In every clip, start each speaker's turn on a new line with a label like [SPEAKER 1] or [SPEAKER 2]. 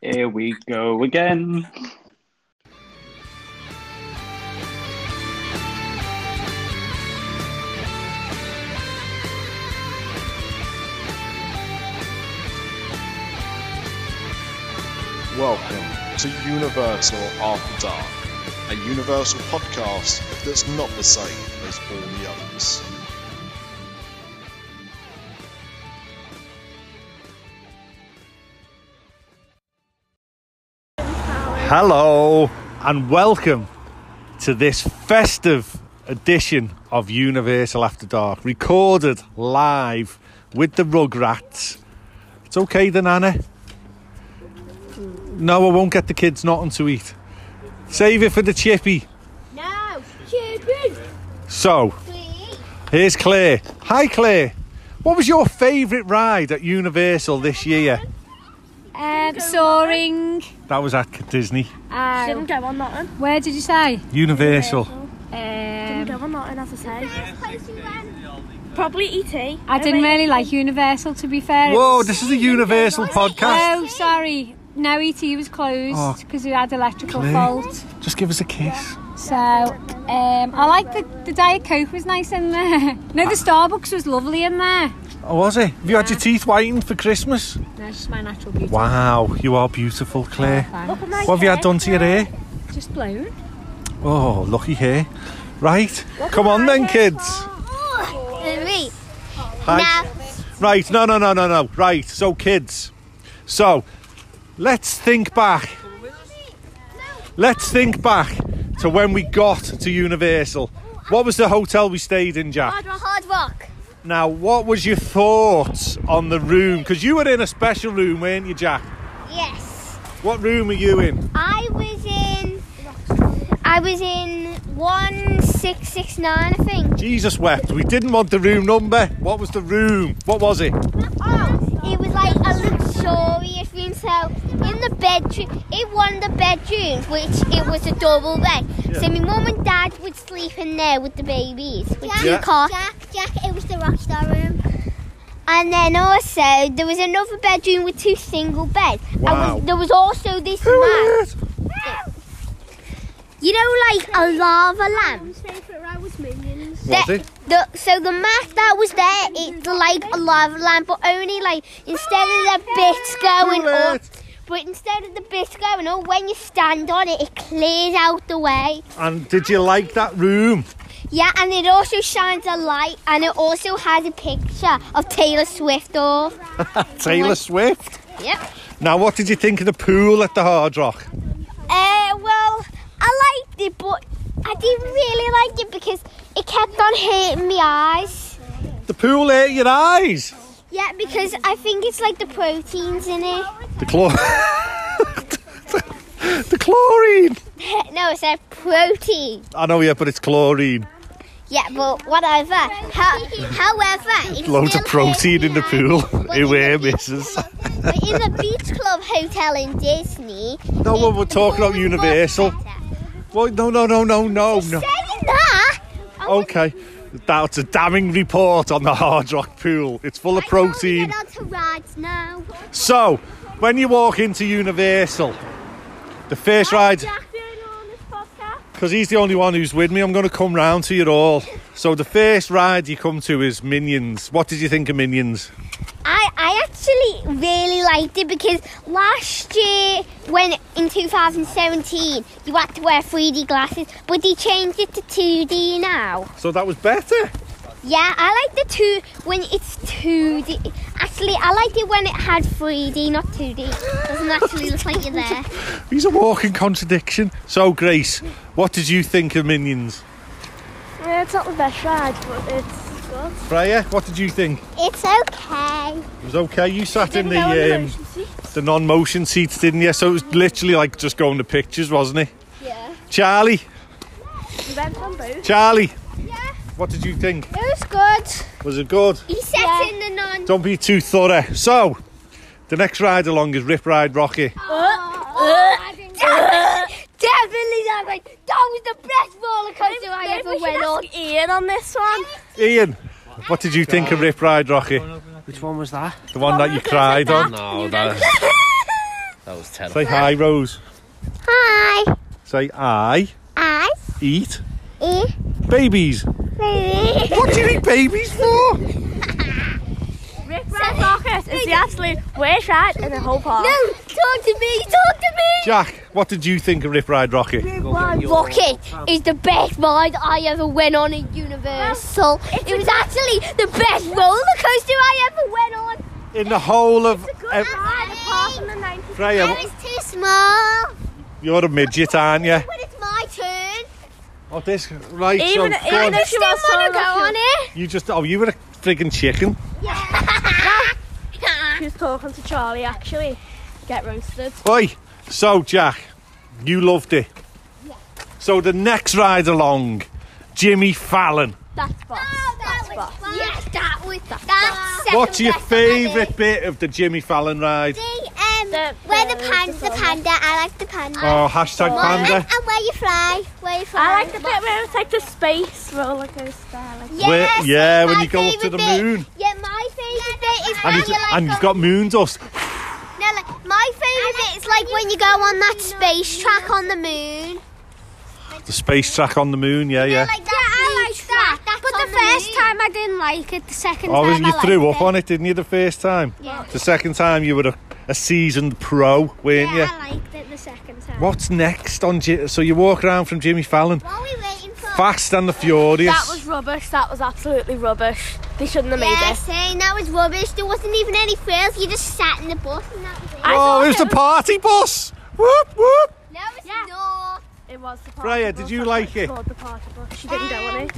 [SPEAKER 1] Here we go again.
[SPEAKER 2] Welcome to Universal After Dark, a Universal podcast that's not the same as all the others.
[SPEAKER 3] Hello and welcome to this festive edition of Universal After Dark, recorded live with the Rugrats. It's okay, the Nana. No, I won't get the kids nothing to eat. Save it for the chippy.
[SPEAKER 4] No, children,
[SPEAKER 3] So,
[SPEAKER 4] please.
[SPEAKER 3] here's Claire. Hi, Claire. What was your favourite ride at Universal this year?
[SPEAKER 5] Um, soaring.
[SPEAKER 3] That was at Disney.
[SPEAKER 5] Um,
[SPEAKER 4] Didn't go on that one.
[SPEAKER 5] where did you say?
[SPEAKER 3] Universal.
[SPEAKER 5] Um,
[SPEAKER 4] Go on that one, as I say. Probably E E.T.
[SPEAKER 5] I didn't really like Universal, to be fair. It
[SPEAKER 3] Whoa,
[SPEAKER 5] was-
[SPEAKER 3] this is a Universal podcast.
[SPEAKER 5] Oh, sorry. No, ET was
[SPEAKER 3] Oh,
[SPEAKER 5] closed because we had electrical
[SPEAKER 3] Claire.
[SPEAKER 5] fault.
[SPEAKER 3] Just give us a kiss.
[SPEAKER 5] So, um, I like the the Diet Coke was nice in there. No,
[SPEAKER 3] Ah.
[SPEAKER 5] the Starbucks was lovely in there.
[SPEAKER 3] Oh, was it? Have you had your teeth whitened for Christmas?
[SPEAKER 5] No, it's just my natural beauty.
[SPEAKER 3] Wow, you are beautiful, Claire.
[SPEAKER 5] Thanks.
[SPEAKER 3] What have you had done to your hair?
[SPEAKER 5] Just blown.
[SPEAKER 3] Oh, lucky hair. Right, come on then, kids. Hi. Right, no, no, no, no, no. Right, so kids. So, let's think back. Let's think back to when we got to Universal. What was the hotel we stayed in, Jack?
[SPEAKER 4] Hard rock. Hard rock.
[SPEAKER 3] Now, what was your thoughts on the room? Because you were in a special room, weren't you, Jack?
[SPEAKER 6] Yes.
[SPEAKER 3] What room were you in?
[SPEAKER 6] I was in. I was in 1669, I think.
[SPEAKER 3] Jesus wept. We didn't want the room number. What was the room? What was it?
[SPEAKER 6] It was like a luxurious room. So, in the bedroom, in one of the bedrooms, which it was a double bed. So, my mum and dad would sleep in there with the babies. With
[SPEAKER 3] Jack,
[SPEAKER 6] two
[SPEAKER 3] Yeah.
[SPEAKER 6] cots. Jack, Jack, it was the rock star room. And then also, there was another bedroom with two single beds. And
[SPEAKER 3] Wow.
[SPEAKER 6] was, there was also this man. You know, like a lava lamp.
[SPEAKER 3] Was
[SPEAKER 6] The-
[SPEAKER 3] it?
[SPEAKER 6] The, so the mat that was there, it's like a lava lamp, but only like instead of the bits going up, but instead of the bits going up, when you stand on it, it clears out the way.
[SPEAKER 3] And did you like that room?
[SPEAKER 6] Yeah, and it also shines a light, and it also has a picture of Taylor Swift off.
[SPEAKER 3] Taylor Swift.
[SPEAKER 6] Yep.
[SPEAKER 3] Now, what did you think of the pool at the Hard Rock?
[SPEAKER 6] Uh, well, I liked it, but I didn't really like it because it kept on hitting my eyes.
[SPEAKER 3] The pool hurt your eyes.
[SPEAKER 6] Yeah, because I think it's like the proteins in it.
[SPEAKER 3] The chlor. the chlorine.
[SPEAKER 6] no, it said protein.
[SPEAKER 3] I know, yeah, but it's chlorine.
[SPEAKER 6] Yeah, but whatever. How, however, it's
[SPEAKER 3] Loads of
[SPEAKER 6] still
[SPEAKER 3] protein in the pool.
[SPEAKER 6] hurting But
[SPEAKER 3] Who
[SPEAKER 6] in the
[SPEAKER 3] we're
[SPEAKER 6] beach
[SPEAKER 3] misses.
[SPEAKER 6] club- but in the beach club hotel in Disney.
[SPEAKER 3] No, Oh, well,
[SPEAKER 6] it-
[SPEAKER 3] we're talking about
[SPEAKER 6] it's
[SPEAKER 3] Universal.
[SPEAKER 6] much better.
[SPEAKER 3] Well, no, no, no, no, no, no.
[SPEAKER 6] Saying that, I wouldn't
[SPEAKER 3] Okay. That's a damning report on the Hard Rock pool. It's full of
[SPEAKER 6] like how we
[SPEAKER 3] protein.
[SPEAKER 6] Get on to rides now.
[SPEAKER 3] So, when you walk into Universal, the first ride, because he's the only one who's with me, I'm going to come round to you all. So, the first ride you come to is Minions. What did you think of Minions?
[SPEAKER 6] I, I actually really liked it because last year, when in 2017, you had to wear 3D glasses, but they changed it to 2D now.
[SPEAKER 3] So, that was better.
[SPEAKER 6] Yeah, I like the two when it's 2D. Actually, I liked it when it had 3D, not 2D. Doesn't actually look like you're there.
[SPEAKER 3] He's a walking contradiction. So, Grace, what did you think of Minions?
[SPEAKER 4] Yeah, it's not the best ride, but it's good.
[SPEAKER 3] Freya, what did you think?
[SPEAKER 6] It's okay.
[SPEAKER 3] It was okay. You sat in
[SPEAKER 4] Didn't go on the
[SPEAKER 3] the, um,
[SPEAKER 4] motion seat.
[SPEAKER 3] the non motion seats, didn't you? So, it was literally like just going to pictures, wasn't it?
[SPEAKER 6] Yeah.
[SPEAKER 3] Charlie,
[SPEAKER 4] We went on both.
[SPEAKER 3] Charlie,
[SPEAKER 6] Yeah,
[SPEAKER 3] what did you think?
[SPEAKER 6] it was good.
[SPEAKER 3] Was it good?
[SPEAKER 6] He sat in the non.
[SPEAKER 3] Don't be too thorough. So, the next ride along is Rip Ride Rocky.
[SPEAKER 6] Definitely that way. That was the best roller coaster I ever went on.
[SPEAKER 4] Ian on this one.
[SPEAKER 3] Ian, what did you think of Rip Ride Rocky?
[SPEAKER 7] Which one was that?
[SPEAKER 3] The one Oh, that you cried on?
[SPEAKER 7] No, that That was terrible.
[SPEAKER 3] Say hi, Rose.
[SPEAKER 6] Hi.
[SPEAKER 3] Say I
[SPEAKER 6] I
[SPEAKER 3] eat
[SPEAKER 6] eat
[SPEAKER 3] babies.
[SPEAKER 6] baby.
[SPEAKER 3] What do you eat babies for?
[SPEAKER 4] Rick Ross Rocket is the absolute worst rat in the whole park.
[SPEAKER 6] No, talk to me, talk to me.
[SPEAKER 3] Jack, what did you think of Rip Ride Rocket?
[SPEAKER 6] Rocket is the best ride I ever went on at Universal. it was actually the best roller coaster I ever went on.
[SPEAKER 3] In the whole of ev-
[SPEAKER 4] Apart from the 90s.
[SPEAKER 3] Freya,
[SPEAKER 6] I was too small.
[SPEAKER 3] you're a midget, aren't you?
[SPEAKER 6] When it's my turn,
[SPEAKER 3] Oh, this right.
[SPEAKER 4] Even,
[SPEAKER 3] so, go on.
[SPEAKER 4] even if she
[SPEAKER 6] I
[SPEAKER 4] was
[SPEAKER 6] want to go on it.
[SPEAKER 3] you just oh, you were a friggin' chicken.
[SPEAKER 4] She was talking to Charlie actually. Get roasted.
[SPEAKER 3] Oi, so Jack, you loved it. So the next ride along, Jimmy Fallon.
[SPEAKER 4] That's boss.
[SPEAKER 6] that
[SPEAKER 4] That's boss.
[SPEAKER 6] Yes, that was that's second
[SPEAKER 3] What's your
[SPEAKER 6] best I've ever
[SPEAKER 3] favourite bit of the Jimmy Fallon ride?
[SPEAKER 6] did. Um,
[SPEAKER 4] The-
[SPEAKER 6] where the
[SPEAKER 4] the-
[SPEAKER 6] panda, the panda. I like the panda.
[SPEAKER 3] Oh, hashtag
[SPEAKER 6] And,
[SPEAKER 3] panda.
[SPEAKER 6] and where you fly, where you fly.
[SPEAKER 4] I like the bit where it's like the space roller coaster. Like,
[SPEAKER 3] Where- yeah, when
[SPEAKER 6] my
[SPEAKER 3] you go up to
[SPEAKER 6] favourite
[SPEAKER 3] the
[SPEAKER 6] bit.
[SPEAKER 3] moon.
[SPEAKER 6] Yeah, my favourite bit is
[SPEAKER 3] And,
[SPEAKER 6] when
[SPEAKER 3] he's,
[SPEAKER 6] you like
[SPEAKER 3] and he's
[SPEAKER 6] go-
[SPEAKER 3] got moon dust.
[SPEAKER 6] No, like, my favourite bit is like when you go on that space track on the moon.
[SPEAKER 3] The space track on the moon, yeah, yeah.
[SPEAKER 6] Like that, I like that. but the, first time I didn't like it. The second
[SPEAKER 3] Oh,
[SPEAKER 6] time
[SPEAKER 3] you
[SPEAKER 6] I
[SPEAKER 3] threw
[SPEAKER 6] liked
[SPEAKER 3] up on it, didn't you, the first time? Yeah. The second time you were a, a seasoned pro, weren't you?
[SPEAKER 6] I liked it the second time.
[SPEAKER 3] What's next on? Ji- So you walk around from Jimmy Fallon,
[SPEAKER 6] What are we waiting for?
[SPEAKER 3] Fast and the
[SPEAKER 4] That
[SPEAKER 3] Furious.
[SPEAKER 4] was rubbish. That was absolutely rubbish. They shouldn't have made
[SPEAKER 6] yeah,
[SPEAKER 4] it.
[SPEAKER 6] saying that was rubbish. There wasn't even any frills. You just sat in the bus and that was it.
[SPEAKER 4] I
[SPEAKER 3] oh,
[SPEAKER 4] thought
[SPEAKER 3] it was the
[SPEAKER 4] it
[SPEAKER 3] party bus. Whoop whoop.
[SPEAKER 6] no, it's
[SPEAKER 4] Yeah.
[SPEAKER 6] not.
[SPEAKER 4] It was the party
[SPEAKER 3] Freya,
[SPEAKER 4] bus.
[SPEAKER 3] did you
[SPEAKER 4] That's
[SPEAKER 3] like
[SPEAKER 4] what it's
[SPEAKER 3] it?
[SPEAKER 4] called, the party bus. She Um, didn't go on it.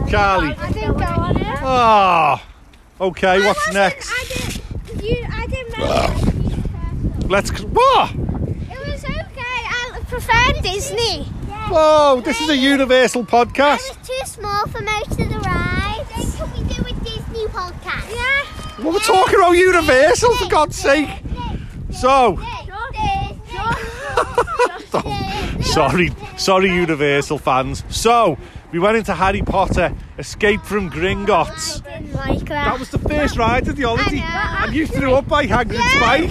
[SPEAKER 3] Oh, Charlie.
[SPEAKER 4] I didn't go on it.
[SPEAKER 3] Oh. Okay, what's next?
[SPEAKER 6] didn't. You, I didn't make it.
[SPEAKER 3] Let's. What?
[SPEAKER 6] It was okay. I prefer Disney.
[SPEAKER 3] Whoa! This is a Universal
[SPEAKER 6] I
[SPEAKER 3] podcast.
[SPEAKER 6] was too small for most of the rides. Then can we do a Disney podcast? Yeah.
[SPEAKER 3] Well, we're talking about Universal oh, for God's sake. So, sorry, sorry, Universal fans. So, we went into Harry Potter, Escape from Gringotts.
[SPEAKER 6] Like
[SPEAKER 3] That was the first ride of the holiday,
[SPEAKER 6] I know.
[SPEAKER 3] and you threw up by Hagrid's bike.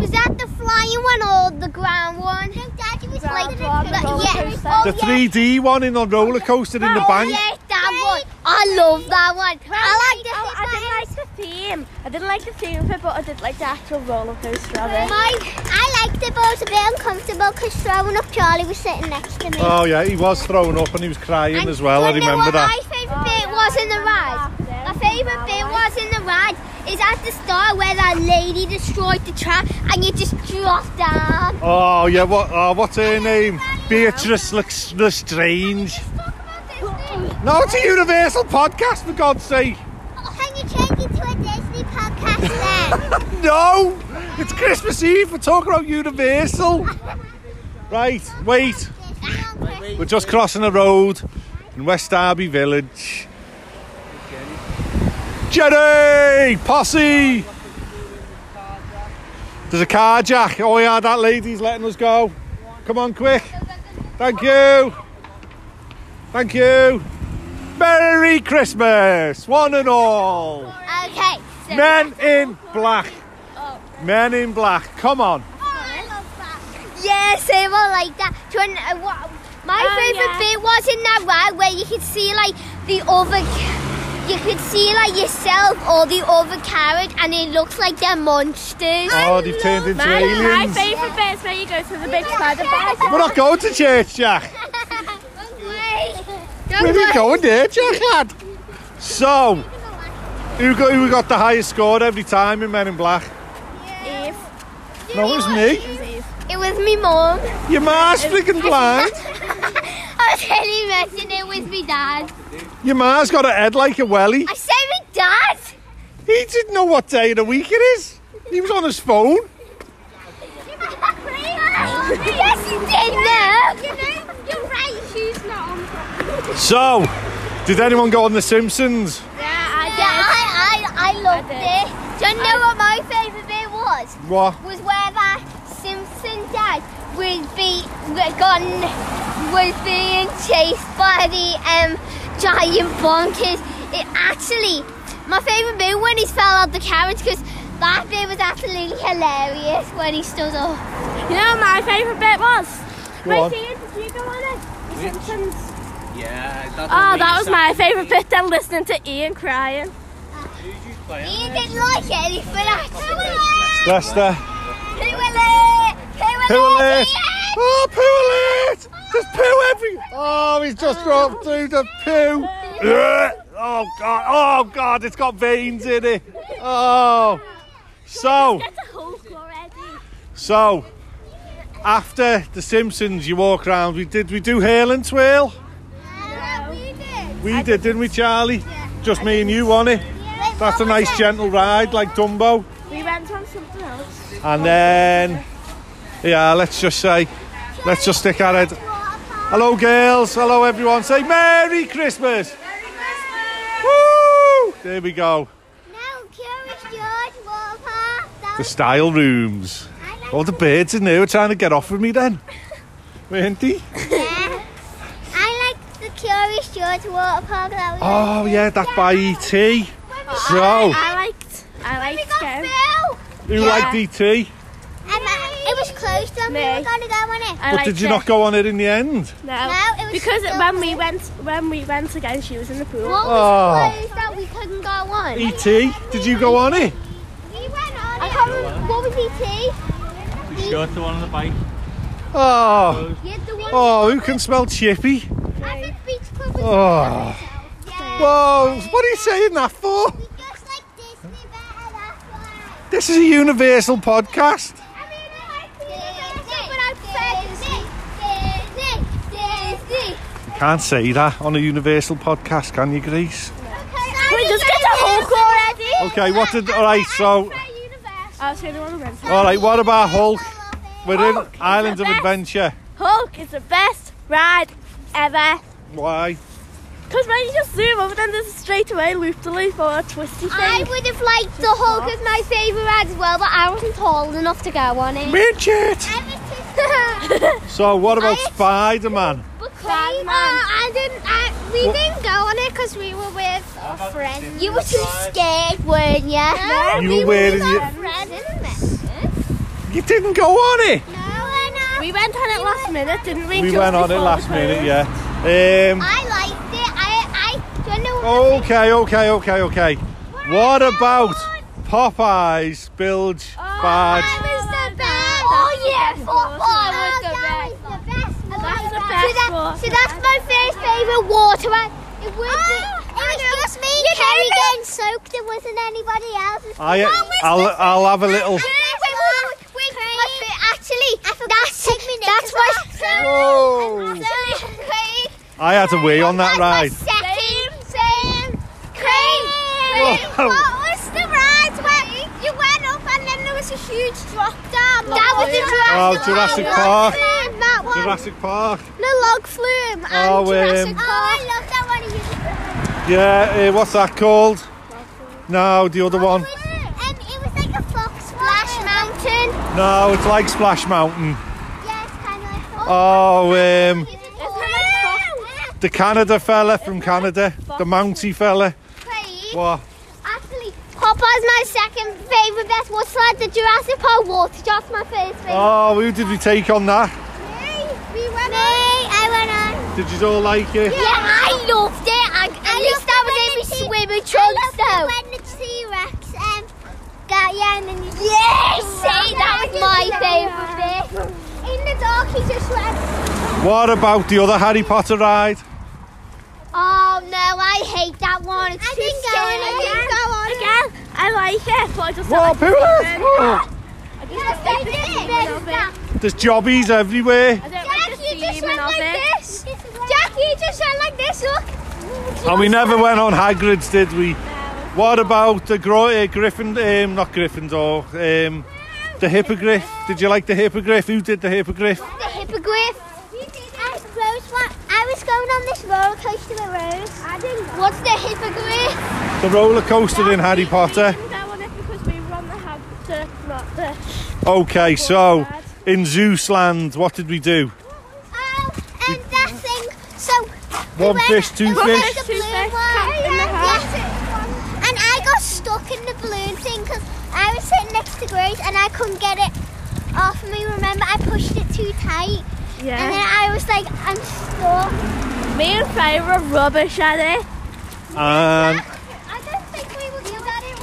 [SPEAKER 6] Was that the flying one or the ground one? No, Daddy was like
[SPEAKER 4] one, the roller
[SPEAKER 6] yeah.
[SPEAKER 4] coaster.
[SPEAKER 6] Oh,
[SPEAKER 3] The 3D one in a roller coaster in the bank.
[SPEAKER 6] yeah, that one. I love that one. I like the
[SPEAKER 4] Oh, I didn't like the theme. I didn't like the theme of it, but I did like the actual roller coaster of it.
[SPEAKER 6] My, I liked it, but I was a bit uncomfortable because throwing up Charlie was sitting next to me.
[SPEAKER 3] Oh yeah, he was throwing up and he was crying
[SPEAKER 6] And
[SPEAKER 3] as well. I
[SPEAKER 6] do you know
[SPEAKER 3] remember
[SPEAKER 6] what
[SPEAKER 3] that.
[SPEAKER 6] My favourite bit was in the ride. My favourite bit was in the ride is at the start where that lady destroyed the trap and you just dropped down.
[SPEAKER 3] Oh yeah, what? Oh, what's her name? Beatrice Lex- Lestrange.
[SPEAKER 6] Talk about Disney.
[SPEAKER 3] No, it's a Universal podcast for God's sake.
[SPEAKER 6] Can you change it to a Disney podcast then?
[SPEAKER 3] No, it's Christmas Eve. We're talking about Universal. Right, wait. We're just crossing a road in West Derby Village. Jenny! Posse! There's a car, Jack. Oh, yeah, that lady's letting us go. Come on, quick. Thank you. Thank you. Merry Christmas, one and all.
[SPEAKER 6] okay. So
[SPEAKER 3] Men in black. Men in black. Come on.
[SPEAKER 6] Yeah, same I like that. Do you wanna- uh, what- my
[SPEAKER 4] Oh,
[SPEAKER 6] favourite
[SPEAKER 4] yeah.
[SPEAKER 6] bit was in that ride where you could see like the other, ca- you could see like yourself or the other carrot, and it looks like they're monsters.
[SPEAKER 3] Oh, they've turned into
[SPEAKER 4] My, my
[SPEAKER 3] aliens.
[SPEAKER 4] favourite bit is where you go to the big spider bike.
[SPEAKER 3] We're not going to church, Jack. Where
[SPEAKER 6] Where
[SPEAKER 3] are we going there, Jack lad? So, who got who got the highest score every time in Men in Black?
[SPEAKER 4] Eve.
[SPEAKER 3] No, it was me.
[SPEAKER 6] It was me mum.
[SPEAKER 3] Your ma's freaking blind.
[SPEAKER 6] I was really messing it with me dad.
[SPEAKER 3] Your ma's got a head like a welly.
[SPEAKER 6] I say me dad.
[SPEAKER 3] He didn't know what day of the week it is. He was on his phone.
[SPEAKER 6] yes, you did. No. You know, you're right. She's not on.
[SPEAKER 3] So, did anyone go on The Simpsons?
[SPEAKER 6] Uh, Yeah, I, I, I loved it. Do you know what my favourite bit was?
[SPEAKER 3] What?
[SPEAKER 6] Was where that Simpson dad was be was gone was being chased by the um giant bonkers. It actually my favourite bit when he fell out the carriage because That bit was absolutely hilarious when he stood up.
[SPEAKER 4] You know what my favourite bit was?
[SPEAKER 3] Go on.
[SPEAKER 4] Ian, did you go on it? The Simpsons.
[SPEAKER 7] Yeah, that's
[SPEAKER 4] Oh, that was my favourite bit then listening to Ian crying.
[SPEAKER 6] He didn't like it and he fell out. Who will it?
[SPEAKER 3] Lester.
[SPEAKER 6] Who will it?
[SPEAKER 3] Poo
[SPEAKER 6] Who will
[SPEAKER 3] alert!
[SPEAKER 6] it? Ian?
[SPEAKER 3] Oh, poo alert! There's poo everywhere! Oh, he's just dropped through the poo! Ugh. Oh, God! Oh, God! It's got veins in it! Oh! So,
[SPEAKER 4] That's a Hulk already.
[SPEAKER 3] so, after The Simpsons, you walk around. We did we do Hail and Twirl?
[SPEAKER 6] Yeah, we did.
[SPEAKER 3] We did, didn't we, Charlie? Just me and you on it.
[SPEAKER 6] Wait,
[SPEAKER 3] That's a
[SPEAKER 6] what was
[SPEAKER 3] nice
[SPEAKER 6] it?
[SPEAKER 3] gentle ride, like Dumbo.
[SPEAKER 4] We went on something else.
[SPEAKER 3] And then, yeah, let's just say, let's just stick our head. Hello, girls. Hello, everyone. Say Merry Christmas. Woo! There we go.
[SPEAKER 6] No, Curious George Water Park. That
[SPEAKER 3] The
[SPEAKER 6] was
[SPEAKER 3] style rooms. All the birds in there were trying to get off of me then. Weren't they?
[SPEAKER 6] there. I liked the Curious George Water Park. That was
[SPEAKER 3] Oh, yeah, that by E.T. So,
[SPEAKER 4] I liked, I
[SPEAKER 6] We
[SPEAKER 4] liked
[SPEAKER 6] got
[SPEAKER 4] going.
[SPEAKER 6] Phil.
[SPEAKER 3] who liked E E.T.?
[SPEAKER 6] And uh, it was close then. We
[SPEAKER 4] Me.
[SPEAKER 6] were going to go on it.
[SPEAKER 4] I
[SPEAKER 3] But
[SPEAKER 4] liked
[SPEAKER 3] did you
[SPEAKER 4] it.
[SPEAKER 3] not go on it in the end?
[SPEAKER 4] No.
[SPEAKER 6] No, it was
[SPEAKER 4] because
[SPEAKER 6] still
[SPEAKER 4] when we went, when we went again, she was in the pool.
[SPEAKER 6] What
[SPEAKER 3] Oh.
[SPEAKER 6] was closed that we couldn't go on?
[SPEAKER 3] E.T., E did you go on it?
[SPEAKER 6] We went on I can't remember. What was E ET?
[SPEAKER 7] Shot the one on the bike.
[SPEAKER 3] Oh,
[SPEAKER 6] Yeah, the one.
[SPEAKER 3] oh, who can smell chippy?
[SPEAKER 6] I think Beach Club was
[SPEAKER 3] Oh.
[SPEAKER 6] Yeah.
[SPEAKER 3] Whoa, what are you saying that for?
[SPEAKER 6] We just like Disney better, that's why.
[SPEAKER 3] This is a universal podcast.
[SPEAKER 6] I mean, I like Disney better, but I'm Disney, Disney, Disney.
[SPEAKER 3] Can't say that on a Universal podcast, can you, Grace?
[SPEAKER 6] Okay,
[SPEAKER 4] We just get a Hulk already.
[SPEAKER 3] Okay, what did. Alright, so.
[SPEAKER 4] I was the only one who went.
[SPEAKER 3] Alright, what about Hulk? We're in
[SPEAKER 4] Hulk is
[SPEAKER 3] Islands
[SPEAKER 4] the
[SPEAKER 3] of
[SPEAKER 4] best.
[SPEAKER 3] Adventure.
[SPEAKER 4] Hulk is the best ride ever.
[SPEAKER 3] Why?
[SPEAKER 4] Because when you just zoom over, then there's a straightaway loop to loop or a twisty thing.
[SPEAKER 6] I would have liked the Hulk as my favourite ride as well, but I wasn't tall enough to go on it.
[SPEAKER 3] Midget! So, what about
[SPEAKER 6] I-
[SPEAKER 3] Spider Man?
[SPEAKER 6] Because uh, I didn't, I, we didn't go on it because we were with our friends. You were too scared, weren't you? No,
[SPEAKER 3] You we were were with in our
[SPEAKER 6] friends.
[SPEAKER 3] You didn't go on it!
[SPEAKER 6] No, uh, we're not.
[SPEAKER 4] we went on it last minute, didn't we?
[SPEAKER 3] We
[SPEAKER 4] Just
[SPEAKER 3] went on it
[SPEAKER 4] before
[SPEAKER 3] last
[SPEAKER 4] the close.
[SPEAKER 3] minute, yeah. Um,
[SPEAKER 6] I liked it. I, I don't know.
[SPEAKER 3] okay, okay, okay, okay. Oh, What about Popeye's Bilge Barge?
[SPEAKER 6] was the best. Oh yeah, football was the best. The best one.
[SPEAKER 4] That's the
[SPEAKER 6] so,
[SPEAKER 4] best
[SPEAKER 6] that,
[SPEAKER 4] one.
[SPEAKER 6] so that's my first favourite water ride. It was, it was just me and Kerry getting soaked. There wasn't anybody else.
[SPEAKER 3] I, I'll, I'll have a little.
[SPEAKER 6] Actually, that's, that's my.
[SPEAKER 3] Whoa! I had a wee on that ride.
[SPEAKER 6] Second, second, Craig.
[SPEAKER 3] Whoa.
[SPEAKER 6] What was the ride where you went up and then there was a huge drop down? That was
[SPEAKER 3] Oh,
[SPEAKER 6] the Jurassic
[SPEAKER 3] Jurassic Park.
[SPEAKER 6] Park. That one.
[SPEAKER 3] Jurassic Park.
[SPEAKER 6] The log flume and
[SPEAKER 3] Oh,
[SPEAKER 6] Jurassic
[SPEAKER 3] um,
[SPEAKER 6] Park. Oh, I love that one.
[SPEAKER 3] Yeah, uh, what's that called? No, the other one.
[SPEAKER 6] Um, it was like a fox Splash Mountain.
[SPEAKER 3] No, it's like Splash Mountain.
[SPEAKER 6] Yes, kind of like fox.
[SPEAKER 3] Oh, um,
[SPEAKER 6] It was
[SPEAKER 3] the Canada fella from Canada, the Mountie fella.
[SPEAKER 6] Craig.
[SPEAKER 3] What?
[SPEAKER 6] Actually, Popeye's my second favourite best water slide. The Jurassic Park water jot's my first favourite.
[SPEAKER 3] Oh, who did we take on that?
[SPEAKER 6] Me, we went Me, on. I went on.
[SPEAKER 3] Did you all like it?
[SPEAKER 6] Yeah, I loved it. And at least I was in my swimming trunks though. When the T-Rex um, got you and then you Yes! See, that was my favourite bit. In the dark, he just went,
[SPEAKER 3] What about the other Harry Potter ride?
[SPEAKER 6] oh no, I hate that one. It's I too didn't go on it.
[SPEAKER 4] Again, again, I like it, but I just
[SPEAKER 3] What,
[SPEAKER 4] don't like
[SPEAKER 3] Pooler? Oh,
[SPEAKER 4] I just
[SPEAKER 6] Yes,
[SPEAKER 4] don't like the
[SPEAKER 6] they did.
[SPEAKER 4] theming of it.
[SPEAKER 3] there's jobbies everywhere.
[SPEAKER 4] I don't
[SPEAKER 6] Jack,
[SPEAKER 4] like
[SPEAKER 6] you
[SPEAKER 4] the
[SPEAKER 6] just
[SPEAKER 4] theming
[SPEAKER 6] went
[SPEAKER 4] of
[SPEAKER 6] like
[SPEAKER 4] it.
[SPEAKER 6] this. Jack, you just went like this, look.
[SPEAKER 3] And we never went on Hagrid's, did we? What about the Gro- uh, Griffin, um, not Gryffindor, um, the Hippogriff? Did you like the Hippogriff? Who did the Hippogriff?
[SPEAKER 6] The hippogriff. I, Rose, what? I was going on this roller coaster with Rose. I didn't. What's the hippogriff?
[SPEAKER 3] The roller coaster in Harry Potter.
[SPEAKER 4] We didn't go on it because we were on the hab, the, not the.
[SPEAKER 3] Okay, so
[SPEAKER 4] Bad.
[SPEAKER 3] in Zeusland, what did we do?
[SPEAKER 6] Oh, and that thing. So.
[SPEAKER 3] One fish, two fish.
[SPEAKER 6] The
[SPEAKER 4] Two
[SPEAKER 6] balloon
[SPEAKER 4] fish,
[SPEAKER 6] one.
[SPEAKER 4] cat in the hat.
[SPEAKER 6] Yes. And I got stuck in the balloon thing because I I was sitting next to Grace and I couldn't get it off me. Remember, I pushed it too tight, and then
[SPEAKER 4] Yeah.
[SPEAKER 6] I was like, I'm stuck.
[SPEAKER 4] Me and Fry were rubbish at it.
[SPEAKER 3] And
[SPEAKER 6] I don't think we were good at it,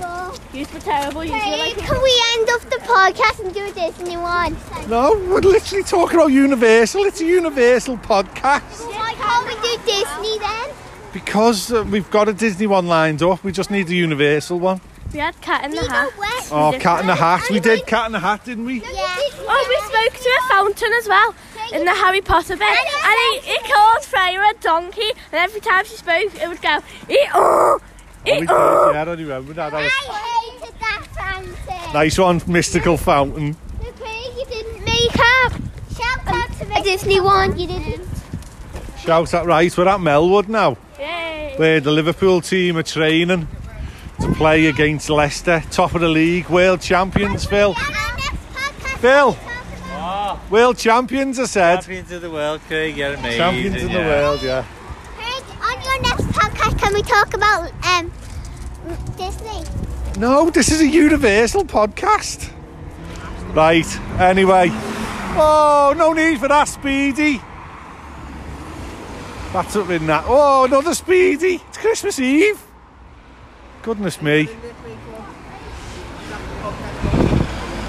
[SPEAKER 6] were we?
[SPEAKER 4] You were terrible. You were
[SPEAKER 6] Okay,
[SPEAKER 4] like,
[SPEAKER 6] can we end off the podcast and do a Disney one?
[SPEAKER 3] no, we're literally talking about Universal. It's a Universal podcast.
[SPEAKER 6] Why can't we do Disney then?
[SPEAKER 3] Because uh, we've got a Disney one lined up, we just need a Universal one.
[SPEAKER 4] we had cat in
[SPEAKER 6] Uh-huh.
[SPEAKER 4] the hat.
[SPEAKER 6] wet.
[SPEAKER 3] Oh, Cat in the Hat. We did Cat in the Hat, didn't we?
[SPEAKER 6] Yeah.
[SPEAKER 4] Oh, we spoke to a fountain as well in the Harry Potter bit, and he, he called Freya a donkey, and every time she spoke, it would go, ee
[SPEAKER 3] Oh,
[SPEAKER 4] oh,
[SPEAKER 3] we
[SPEAKER 4] ee
[SPEAKER 3] did.
[SPEAKER 4] oh.
[SPEAKER 3] Yeah, I don't remember that. that was
[SPEAKER 6] I hated that fountain.
[SPEAKER 3] nice one, Mystical Fountain.
[SPEAKER 6] Okay, you didn't make up. Shout out to me. Um, A Disney one. You didn't.
[SPEAKER 3] Shout out, right, we're at Melwood now.
[SPEAKER 4] Yay.
[SPEAKER 3] where the Liverpool team are training to play against Leicester, top of the league, world champions, Phil.
[SPEAKER 6] Our next podcast.
[SPEAKER 3] Phil,
[SPEAKER 7] Oh,
[SPEAKER 3] world champions, I said.
[SPEAKER 7] champions of the world, Craig, you're amazing.
[SPEAKER 3] Champions in the
[SPEAKER 7] yeah.
[SPEAKER 3] world, yeah.
[SPEAKER 6] Craig, on your next podcast, can we talk about um Disney?
[SPEAKER 3] No, this is a universal podcast. Right, anyway. Oh, no need for that, Speedy. That's up in that. Oh, another Speedy. It's Christmas Eve. Goodness me.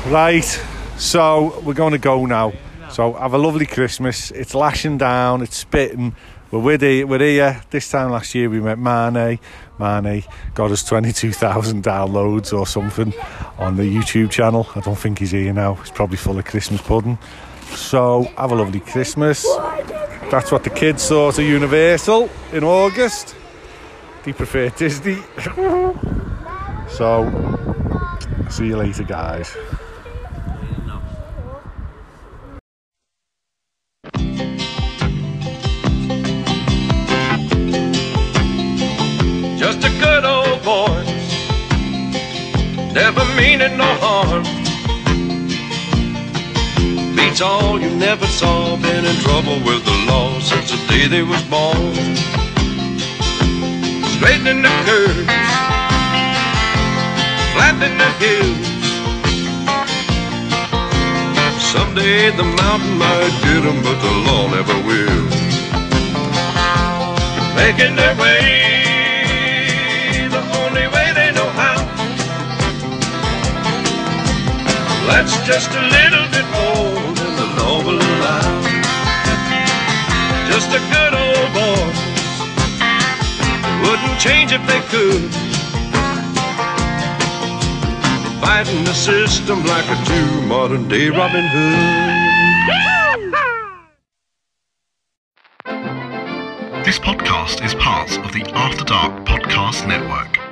[SPEAKER 3] Right, so we're going to go now. So have a lovely Christmas. It's lashing down, it's spitting. We're with here, we're here. This time last year we met Marnie. Marnie got us 22,000 downloads or something on the YouTube channel. I don't think he's here now. He's probably full of Christmas pudding. So have a lovely Christmas. That's what the kids thought of Universal in August. They prefer Disney. so see you later, guys.
[SPEAKER 8] just a good old boy, never meaning no harm. Beats all you never saw, been in trouble with the law since the day they was born. Straightening the curves, flattening the hills. Someday the mountain might get 'em, but the law never will making their way the only way they know how. That's just a little bit more than the law will allow. Just a good old boy wouldn't change if they could. Fighting the system like a true modern day Robin Hood.
[SPEAKER 9] This podcast is part of the After Dark Podcast Network.